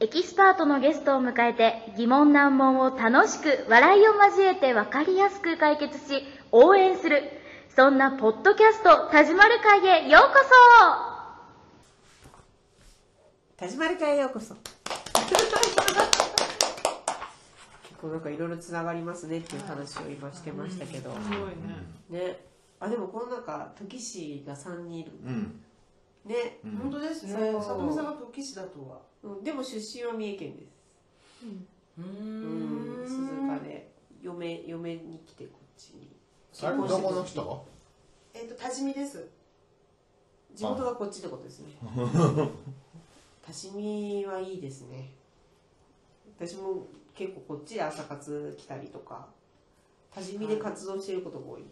エキスパートのゲストを迎えて疑問難問を楽しく笑いを交えて分かりやすく解決し応援するそんなポッドキャスト「田島る会」へようこそ田島る会へようこそ結構なんかいろいろつながりますねっていう話を今してましたけど、すごいね。ねあでもこの中時氏が3人いるうん。ね、うん本当ですね。そう里見さんが時市だとは。うんでも出身は三重県ですううんん鈴鹿。で嫁嫁に来てこっちにあれ、どこの人えっと多治見です。地元がこっちってことです ね多治見はいいですね私も結構こっちで朝活来たりとか多治見で活動してることが多い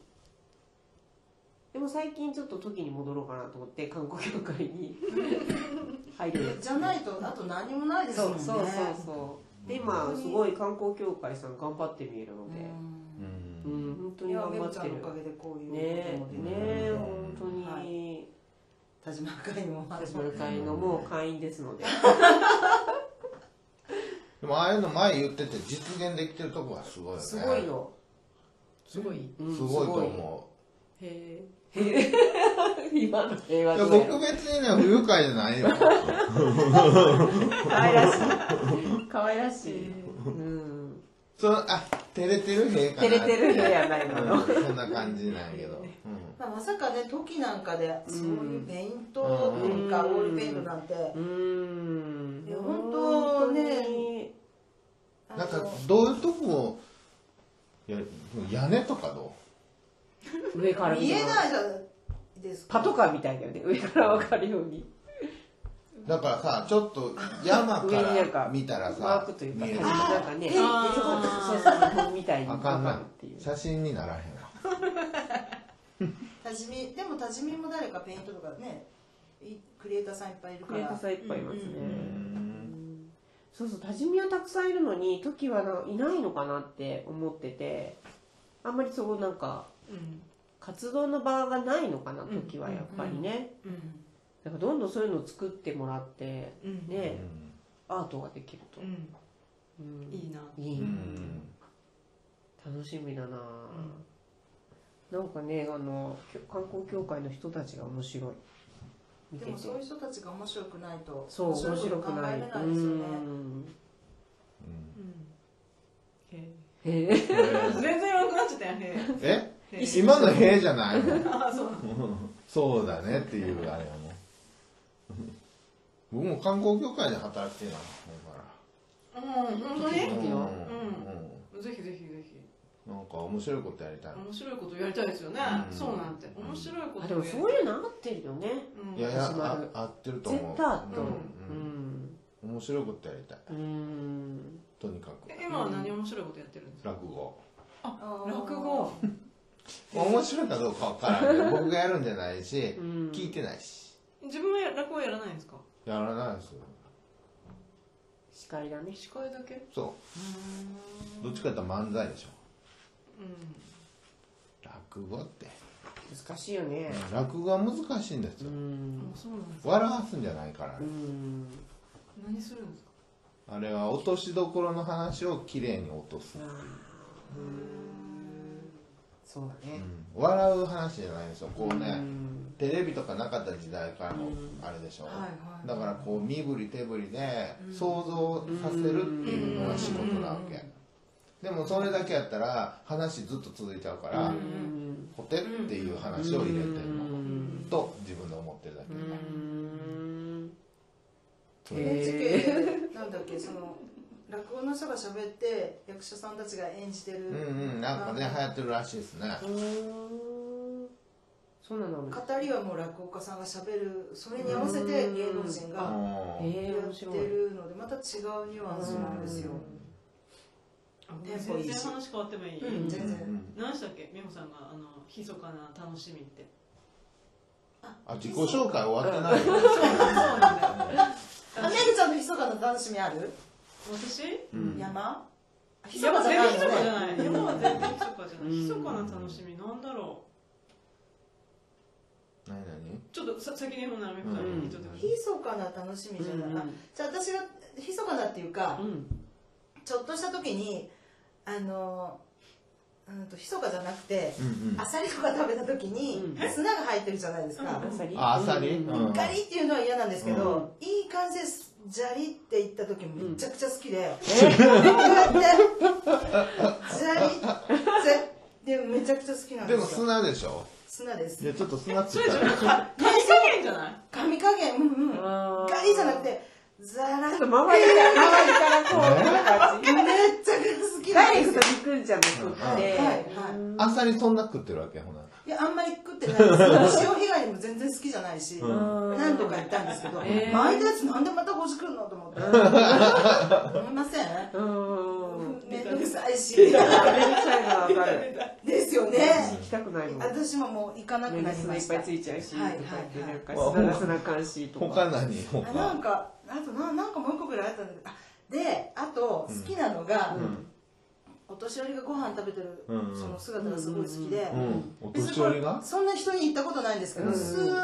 でも最近ちょっと時に戻ろうかなと思って観光協会 に入ってじゃないとあと何もないですそもうんね。そうそうそうで今すごい観光協会さん頑張って見えるのでう。うんん本当いにや頑め張っぐてちゃんるのおかげでこういうねことえねもできえて。本当に、は田島会も私の会のもう会員ですのででも、ああいうの前言ってて、実現できてるとこはすごいよね。すごい。の、すごい。うんすごいと思うへえへえ今の平う。和いでや、僕別にね、不愉快じゃないよ。可愛らしい可愛らしい、うんその、あ、照れてる兵かな。照れてる兵やないのうんそんな感じなんやけど。うんまあまさかね時なんかでそういうペイントというかうんオールペイントなんて。うんいや本当ねあのなんか、どういうとこやる屋根とかど上から見言えてないじゃないですか。パトカーみたいだよね上からわかるようにうだからさ、ちょっと山か上になんから見たらマーさクとい、うか見えるとなかんかねあーそうそうそうそうそうみたいにあわかんなかいるっていう。写真にならへんわ。多治見でも多治見も誰かペイントとかねいクリエイターさんいっぱいいるクかレーらターさんいっぱいいますね、うんんそうそう多治見はたくさんいるのに時はないないのかなって思っててあんまりそこなんかうん活動の場がないのかなうん時はやっぱりね、うんなんかどんどんそういうのを作ってもらってうんねアートができるとう、んうんいいないい、うん楽しみだな、なんかねあのきょ観光協会の人たちが面白い見ててでもそういう人たちが面白くないとそう面白ことく考ないえれないですよねうんうんへえ全然弱くなっちゃったよね。えへー今の兵じゃないもんあそうそうだねっていうあれやもん僕も観光協会で働きてるのほうん、本当にんいいまよぜひぜひぜひ。うん、なんか面白いことやりたい、面白いことやりたいですよね。うんそうなんて。面白いこあとでもそうう。いうの合ってるよねうん、いやいや始まある合ってると絶思う対合ってるううんんうん面白いことやりたいうんとにかくえ今は何面白いことやってるんですか落語あー落語。まあ面白いかどうかわからない僕がやるんじゃないしうん聞いてないし自分はや落語やらないんですかやらないですよ司会だね司会だけそううどっちかって言ったら漫才でしょん。落語って難しいよね落語は難しいんですうよんあそうなんですか笑わすんじゃないからうねん何するんですかあれは落としどころの話をきれいに落とす、そうだうねん笑う話じゃないんですよこううね、んテレビとかなかった時代からのあれでしょ、はいはいだからこう身振り手振りで想像させるっていうのが仕事なわけ、でもそれだけやったら話ずっと続いちゃうから、うんホテっていう話を入れてるの、うんと自分で思ってるだけ、うんそれ NHK なんだっけその落語の人が喋って役者さんたちが演じてうんるうんなんかね流行ってるらしいですね、うんそうなの語りはもう落語家さんが喋るそれに合わせて芸能人うがんやえー面って白いるのでまた違うニュアンスなんですよあテンポ全いい然し話変わってもいい。うん全うんう然ん何でしたっけ美穂さんが、あの、密かな楽しみって。あ自己紹介終わってないよ、そうそうなんだよ。あめぐちゃんの密かな楽しみある私うん山ひ密そかかじじゃゃなないいよねよね。じゃない。山は全然ひそかじゃうなんい。ひそかな楽しみなんだろ何何う。ちょっとさ先にほんならみこさんに聞いとってください。密かな楽しみじゃない、あじゃあ私が密かなっていうか、うんちょっとした時にあのうんと密かじゃなくて、うんうんアサリとか食べた時にうん砂が入ってるじゃないですか、あさりああさりうんうんガリっていうのは嫌なんですけど、いい感じですジャリって言った時めちゃくちゃ好きで、こうやってジャリってでめちゃくちゃ好きなんででもすよ砂でしょ砂ですいやちょっと砂ついそれじたゃなんか大加減じゃない紙加減うんうんガあーリじゃなくてザ ラちょっと周りから周りからこうなんかめっちゃ好きダなイんレですクトよに来るじゃなくはいてはいあっさりそんな食ってるわけほな、いやあんまり食っ てないです潮干狩りも全然好きじゃないし、うん何度か行ったんですけど、えー巻いたやつなんでまたほじくるのと思って、思いませんうんめんどくさいし出た出た最後は分かるですよね行きたくないもん私ももう行かなく目ながり砂まいしっぱたいついちゃうしとはいかはい言ってなんかはい砂が砂監視と他か何他あなんかあとななんかもう一個ぐらいあったんだけどあであと好きなのが、うんお年寄りがご飯食べてる、うんその姿がすごい好きで、うんお年寄りがそんな人に言ったことないんですけど、うん数人の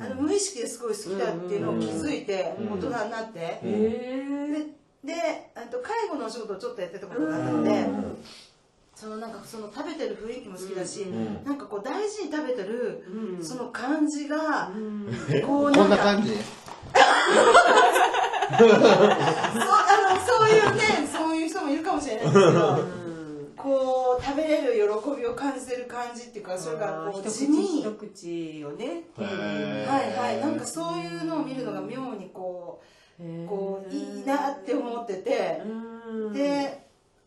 あの無意識ですごい好きだっていうのを気づいて、うん大人になって、うんえであと介護のお仕事をちょっとやってたことがあったうのんで、そのなんかその食べてる雰囲気も好きだし、んなんかこう大事に食べてるうんその感じが、うんこうこなんんなか感じそうあのそういうねそういう人もいるかもしれないですけどこう食べれる喜びを感じてる感じっていうかそれがこ一う口地味一口をねへーはいはいなんかそういうのを見るのが妙にこうこういいなって思っててうんで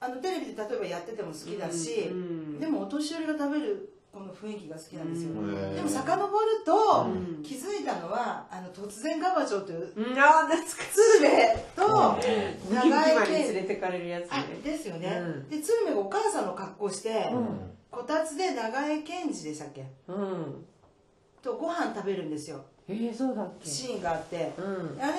あのテレビで例えばやってても好きだしうんでもお年寄りが食べるこの雰囲気が好きなんですようんでも遡るとうん気づいたのはあの突然ガバチョウといううんあー懐かしい鶴瓶とウキウキ長まいで連毛れてかれるやつあねですよね、うんで鶴瓶がお母さんの格好して、うんこたつで長江健二でしたっけうんとご飯食べるんですよえーそうだっけシーンがあって、うんあれ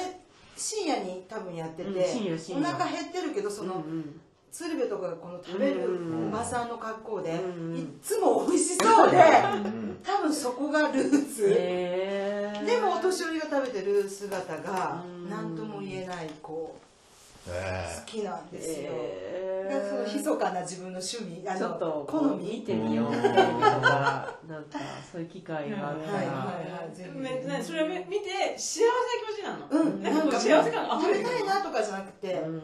深夜に多分やってて、うん深夜深夜お腹減ってるけどその、うん鶴瓶とかがこの食べるうんおばさんの格好で、うんいっつも美味し そうで、うん多分そこがルーうんツ、へーでもお年寄りが食べてる姿がうん何とも言えないこう好えきなんですよ、へなんかその密かな自分の趣味あちょのっと好見みてみようみたいななんかそういう機会があったはいらはいはいぜひめねそれ見て幸せな気持ちなのうんなんかもう幸せ感あふ食れべてたるいなとかじゃなくて、うん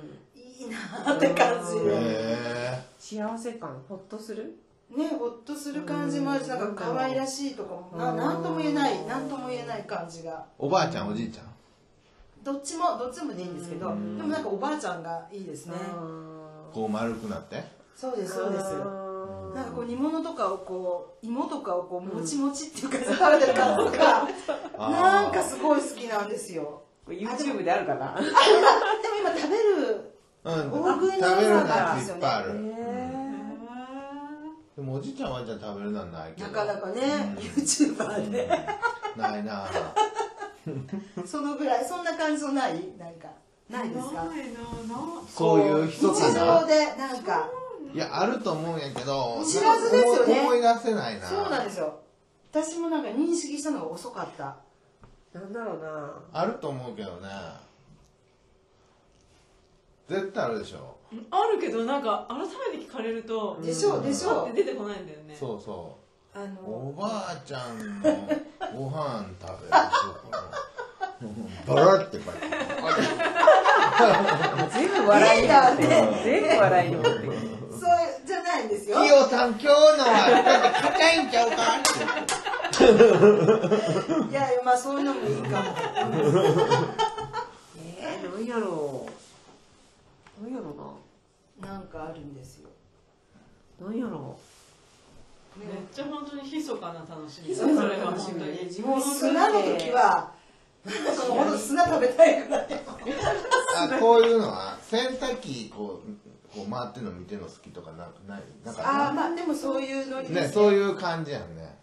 いいなって感じへで、え幸せ感ほっとするねほっとする感じもあるしなんか可愛らしいとかもななんとも言えないなんとも言えない感じがおばあちゃんおじいちゃんどっちもどっちもでいいんですけどでもなんかおばあちゃんがいいですねあこう丸くなってそうでーすそうですあなんかこう煮物とかをこう芋とかをこうもちもちっていうか 食べてる感じとかあーなんかすごい好きなんですよー YouTube であるかなあでも今食べるうん大食いの食べるやのつがあるんってですいよっねぱいある、へーでもおじいちゃんおばあちゃん食べるのはないけどなかなかねうん YouTuber でな いなぁそのぐらいそんな感じのないなんかないですかないななそういう日常人かなでなんかいやあると思うんやけど知らずですよね思い出せないなそうなんですよ私もなんか認識したのが遅かったなんだろうなあると思うけどね絶対あるでしょあるけどなんか改めて聞かれるとでしょうでしパょッうて出てこないんだよねそうそあうのおばあちゃんのご飯食べると このバラってこう やって全部笑いに持っていいなく全部笑いに持ってくそうじゃないんです「よきよさん今日のはちょっと硬いんちゃうか?」っていやまあそういうのもいいかもえー、なんやろうなんやろなんかあるんですようななんやろめっちゃ本当に密かな楽しみ密そかれなは楽し本み当にもう砂の時はなんかもうほんと砂食べたいくらいあこういうのは洗濯機こうこう回ってるの見てるの好きとかなないなあんあかまあでもそういうノリねですそういう感じやんね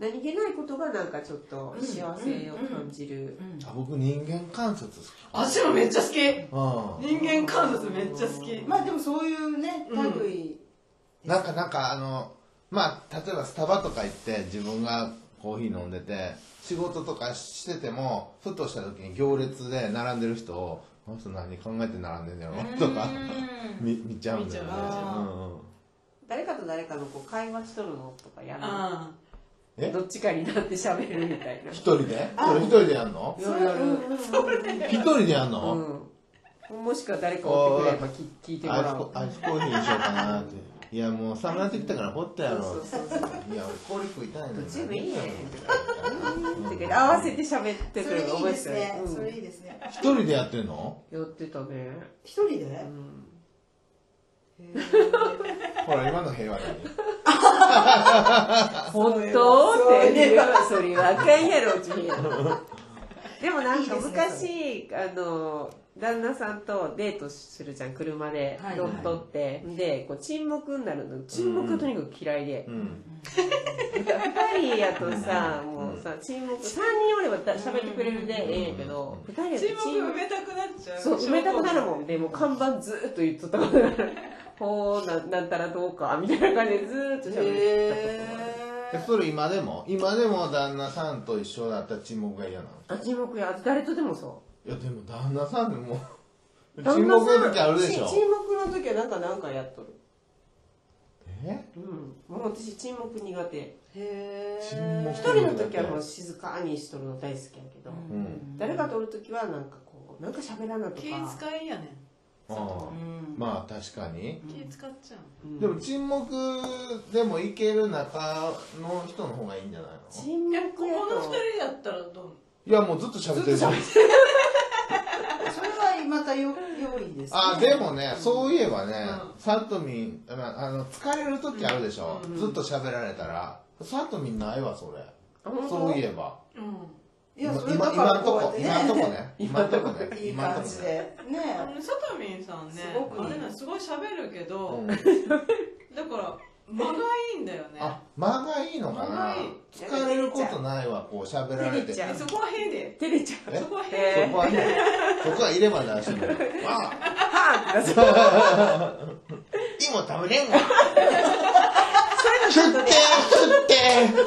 う何気ないことがなんかちょっと幸せを感じるあ僕人間観察好き足もめっちゃ好きうん人間観察めっちゃ好きまあでもそういうね類なんかなんかあのまあ例えばスタバとか行って自分がコーヒー飲んでて仕事とかしててもふとした時に行列で並んでる人をこの人何考えて並んでんやろとか見見ちゃうんだよね見ちゃううんうん誰かと誰かのこう会話しとるのとかやらあなえいどっちかになって喋るみたいな一人でそれ一人でやんのやるやる一人でやんうのんもしくは誰か追ってくれれば聞聞いてもアイらスおうコアイスコーヒーにしようかなっていやもう寒くなってきたから掘ったやろそうそうそういや俺氷食いたいのに十分いいねうんてか合わせて喋ってそくれればいい覚えでてすたねね。うんそれいいですね。 一人でやってんのやってたね一人で うんほら今の平和だね本当ってそれねそれはあかんやろうちにでもなんか昔あの旦那さんとデートするじゃん車ではい乗っ取って、でこう沈黙になるの沈黙がとにかく嫌いでう、ん二人やとさ、うんもうさ沈黙三人おればだ喋ってくれるでええんやけど、二人やあと沈黙埋黙めたくなっちゃうそう埋めたくなるもんでもう看板ずーっと言っとったから ほうななんたらどうかみたいな感じでずーっと喋ってたことがあるえそれ今でも今でも旦那さんと一緒だったら沈黙が嫌なのあ沈黙や誰とでもそういやでも旦那さんでもう旦沈那黙さんの時あるでしょし沈黙の時はなんかなんかやっとるえうんもう私沈黙苦手へ沈黙一人の時はもう静かにしとるの大好きやけど、うーん誰かとおる時はなんかこうなんか喋らなとか気遣いやねあうあん。まあ確かにん気使っちゃううんでも沈黙でもいける中の人の方がいいんじゃないの沈いや黙やここの二人だったらどういやもうずっと喋ってるずっとそれはまたよ良いですね。あでもね、そういえばねう、さとみん、ああの疲れる時あるでしょ、うんずっと喋られたら、さとみんないわ、それ、人そういえば、ういやそれ今だか今らんとこうやっこ、て今んとね。こね、今んと こね、いい今んと感こじね、でね。んさとみんさんねすごくあれねすごい喋るけど、うんだから間がいいんだよねあ間がいいのか間ながいい、疲れることないわ、こう喋られ照れてち、ゃえそこはへで照れちゃうえそこはへえそこはね、そこはいればなしも、わあ、 はあってなっちゃう今食べれんわ、そ食ういうのちょっとっねて、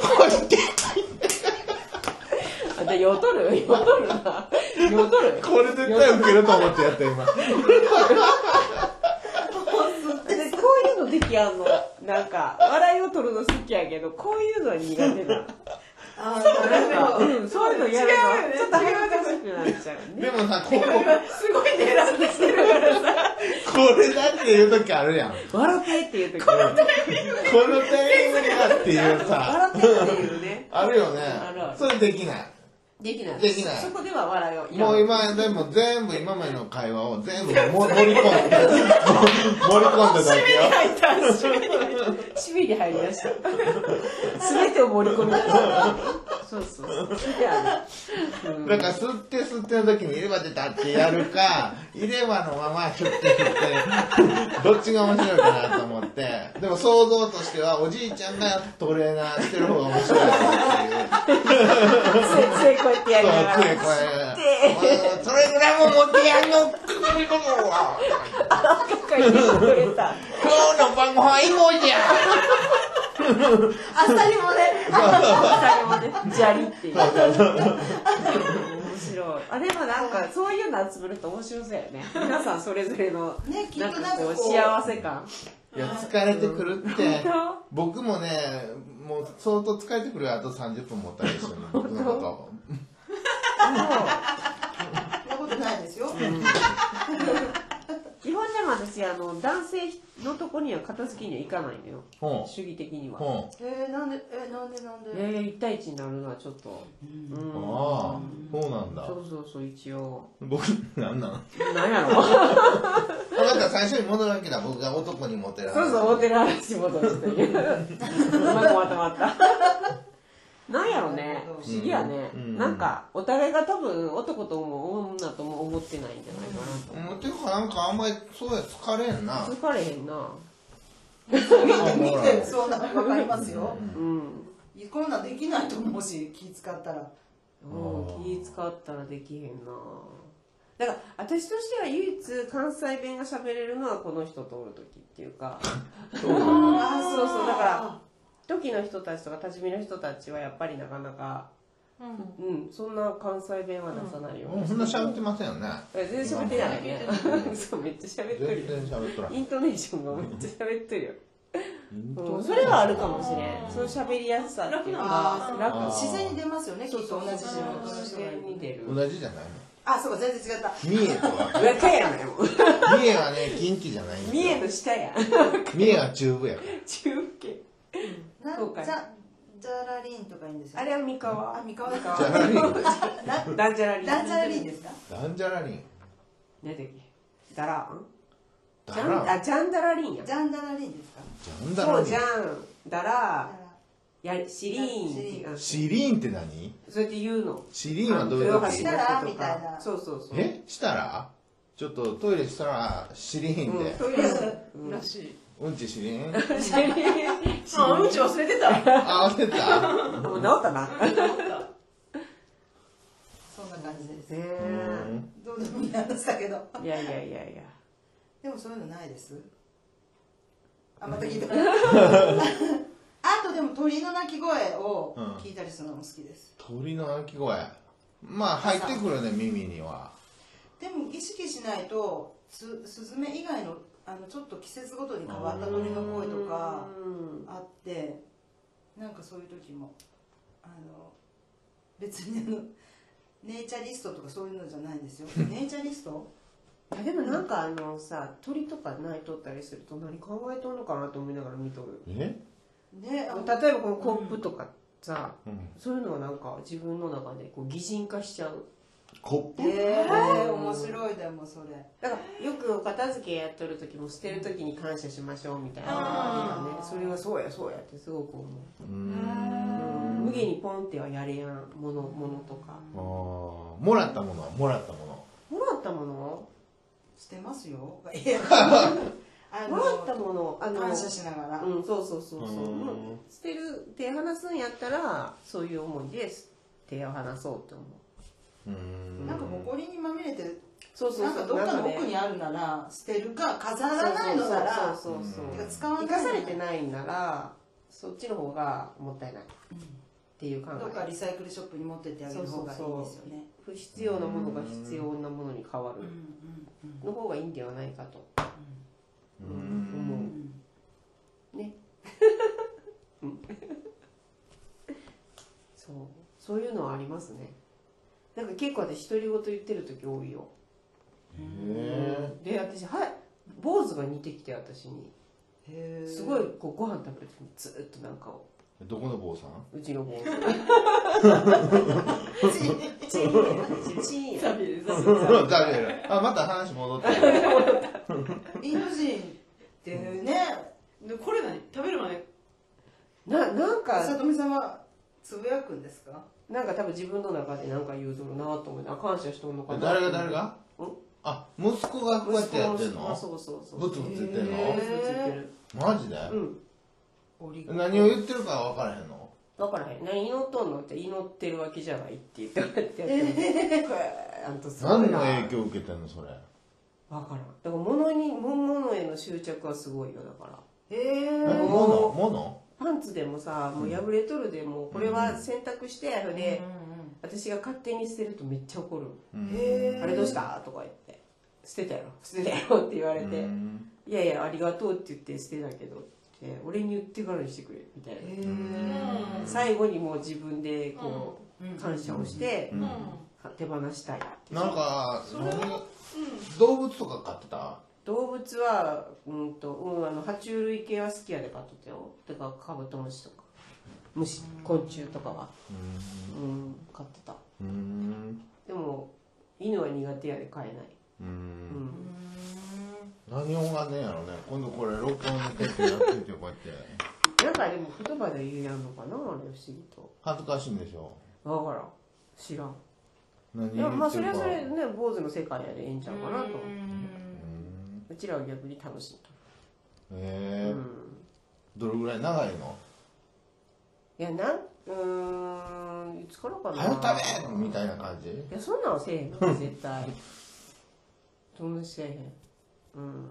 食って、ほって、あでよとるよとるなよとるこれ絶対ウケると思ってやった、今。でこういうのできあんのなんか笑いを取るの好きやけどこういうのは苦手ななあんか、ーうん、そういうのやる違うよのねちょっと恥ずかしくなっちゃうね。でもさ、ここすごい狙ってきてるこれだっていう時あるやん。こ笑ってっていう時こののタイミングだっていうさ、笑ってっていうね。あるよねあるあ。るそれできない。できない。できないそこでは笑いを。もう今、でも全部、今までの会話を全部も盛り込んで、盛り込んでたわけよ。入った。締めに入った。締めに入りました。すべてを盛り込みました。そうそうそう。それである。うんだから、吸って吸っての時に入れ歯出たってやる か、入れ歯のままひゅってひゅって、どっちが面白いかなと思って、でも想像としては、おじいちゃんがトレーナーしてる方が面白いなっていう。ついついこうやってやりそなう、がついら。これ。それぐらいも持ってやんの、組み込むわ。かいてくれた。今日の晩ご飯芋じゃ。あさりもね。 二人もね、砂利っていう。面白い。あ、でもなんか、そういうの集めると面白そうやね。皆さんそれぞれの、ねきっとななかんんかこう、こう幸せ感。いや、疲れてくるって本。僕もね、もう相当疲れてくるよ。あと30分持ったり一緒に、僕のこそんなことないですよ。基本でも私あの男性のとこには片付けには行かないのよと。ほ主義的にう。は、ほえー、なんでえー、なんでなんで。えー、1対1になるのはちょっとうんう。ああ、そうなんだそ。うそうそう一応僕、なんなのなんやろそうあなた最初に戻るわけだ。僕が男にモテる話。そうお寺の仕事して るうまくまとまったなんやろね不思議やね、うんなんかお互いが多分男とも女とも思ってないんじゃないかなと思うん。ていうか、なんかあんまり、そうや、疲れんな。う疲れへんな見てそうなのわかりますよ。うんこんなんできないと思うし気使ったら。うん、気使ったらできへんなだから私としては唯一関西弁が喋れるのはこの人とおる時っていう かそうなんだあーそうそうだから時の人たちとか立ち見の人たちはやっぱりなかなかうん、そんな関西弁は出さないようもうにそんな喋ってませんよねえ全然喋ってないね そうめっちゃ喋っ全とるよ然喋っとらんイントネーションがめっちゃ喋っとるよ、ううんん、それはあるかもしれんその喋りやすさっていうのあがー楽あー自然に出ますよねきっとそうそう同じ仕事の自人がい然にる出る同じじゃないあそうか全然違ったの三重とは裏やねもう三重はね近畿じゃないんだ三よ重の下や三重は中部やか中継なそうかいじゃじゃらりんとかいいんですよあねれは三河あ三河らじゃらりんなダンジャラリーランジャラリンですかランジャラリン何だっけダラーンだジャンらあジャンダラリンやジャンダラリンですかジャンダそラうリジャンンダラやシリーンっていうシリーンって何そうやって言うのシリーンはどういうあのこ豊橋との人とかしたらみたいなそうそうそうえしたらちょっとトイレしたらシリーンでうん、 とりあえずうんらしい。うんちシリーンあ、うんち忘れてた。思っあ合ってたもう治ったなたそんな感じですうんどうでもいい話だけどいやいやいやいやでもそういうのないですあまた 聞いたあとでも鳥の鳴き声を聞いたりするのも好きです鳥の鳴き声まあ入ってくるね耳にはでも意識しないとすスズメ以外のあのちょっと季節ごとに変わった鳥の声とかうんあってなんかそういう時もあの別にあのネイチャリストとかそういうのじゃないん ですよネイチャリストいやでもなんかあのさ鳥とか鳴いとったりすると何考えとんのかなと思いながら見とるえねあ例えばこのコップとかさ、うんそういうのがなんか自分の中でこう擬人化しちゃうコップえー、面白いでもそれだからよくお片付けやっとる時も捨てる時に感謝しましょうみたいなあーねそれはそうやそうやってすごく思うーんう無限にポンってはやれやんものものとかあーもらったものはもらったものもらったものしてますよいや あもら ったものあの感謝しながら、うんそうそうそうそううんもう捨てる手離すんやったらそういう思いで手を離そうって思ううーんなんか埃にまみれてるそうそうなんそかうどっかのね奥にあるなら捨てるか飾らないのならそうそうそううんそうてそかう使わ生なかいのさなれてないならそっちの方がもったいないっていう考どっかえリサイクルショップに持ってってあげる方がいいですよね不必要なものが必要なものに変わうんるうんの方がいいんではないかとうーうんんそうそういうのはありますねなんか結構私独り言言ってる時多いよへで私はい坊主が似てきて私にへーすごいこうご飯食べる時にずーっとなんかをえどこの坊さんうちの 坊主ちチ ーンチーンや旅でうんだけ どあまた話戻ってるインド人ってねでこれ何食べるまでななんかさとみさんはつぶやくんですかなんか多分自分の中で何か言うとるなと思ってあ感謝しとんのかな誰が誰がうんあ息子がこうやってやってん息子ものそうそうそうブツブツ言ってんのブツブツ言ってるマジでうん折り紙何を言ってるか分からへんの分からへん何祈っとんのって祈ってるわけじゃないって言ってこうやってやってるあんとすごい何なの影響を受けてんのそれ分からんだから物に物への執着はすごいよだからへえーモノモノパンツでもさもう破れとるでもうこれは洗濯してやるで、うん私が勝手に捨てるとめっちゃ怒る、うんへーあれどうしたとか言って捨てたやろ捨てたやろって言われて、うんいやいや、ありがとうって言って捨てたけどって、俺に言ってからにしてくれ、みたいな。へー最後にもう自分でこうんう、感謝をしてう、ん手放したいって。なんかそれは何動物とか飼ってた動物は、うんと、うん、あの、爬虫類系は好きやで買っとったよ。だからカブトムシとか、虫、昆虫とかは、うん、買ってた。うーんでも、犬は苦手やで飼えない。うーうんん。何をがねえやろね今度これ録音のテープやってみてこうやって なんかでも言葉で言うやんのかな、あれ不思議と。恥ずかしいんでしょわからん。知らん。何いや、言まあ、っそてれるはかそれでね、坊主の世界やでええんちゃうかなと。うんうちらは逆に楽しんだ、えうーん、どれぐらい長いのいやなんうーんいつからかな早く食べみたいな感じいやそんなんはせえへんよ絶対そんなせえへんうん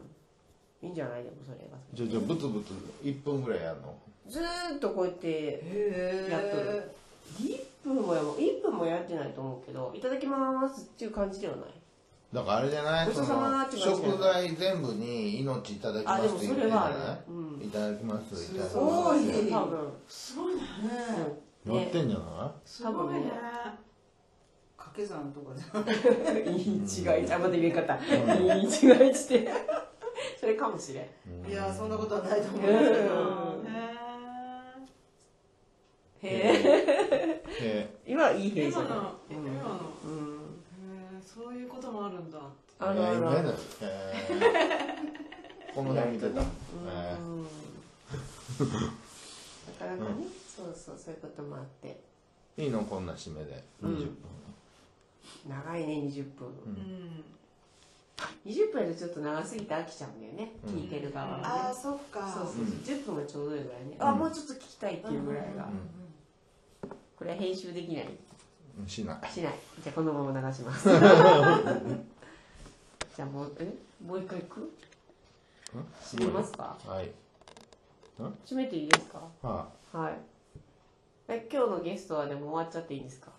いいんじゃないでもそれがじゃあじゃあブツブツ1分ぐらいやんのずーっとこうやってへーやっとる1 1分もやも1分もやってないと思うけどいただきますっていう感じではないだからあれじゃないごちそそうさまのって感じ食材全部に命いただきますって言ってるあでもそじれはあるゃうんないいただきますいただきすごまいすって多分すごいね。うん乗っねてんじゃなすごいね。掛け算とかじゃん言い違いあまた言い方言い違いしてそれかもしれんいいやそんなこととはないと思ううんですけんへへええ今はいいえ。平じゃ今ないの今の。うんへえそういうこともあるんだ。 あるあるあるこの辺見てたえーうんなかなかねそうそうそういうこともあっていいのこんな締めでうん20長いね20分うん。 20分やとちょっと長すぎて飽きちゃうんだよねうん聞いてる側はねああそっかそうそうそう10分がちょうどいいぐらいねうんあもうちょっと聞きたいっていうぐらいがんこれは編集できない分しないしないじゃあこのまま流しますじゃあもうえもう一回いく閉めますかはい閉めていいですかははいえ今日のゲストはでも終わっちゃっていいんですか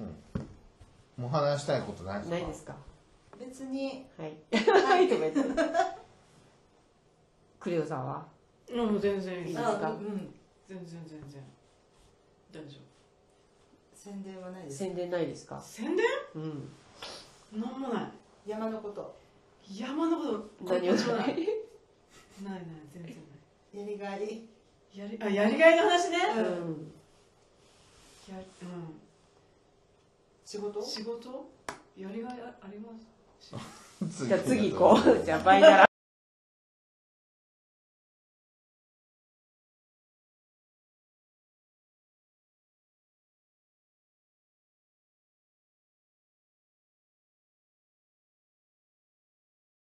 いもう話したいことないですかないですか別にはいはいとか言ってクレオさんはうん、もう全然いいいいですですかあうん全然全然大丈夫宣伝はないです宣伝ないですか宣伝うんなんもない山のこと山のこと何をこっちもな ないいないない全然やりがいないやりあやりがいの話ねうやんうん仕事仕事やりがいああります次じゃあ次行こうじゃあバイなら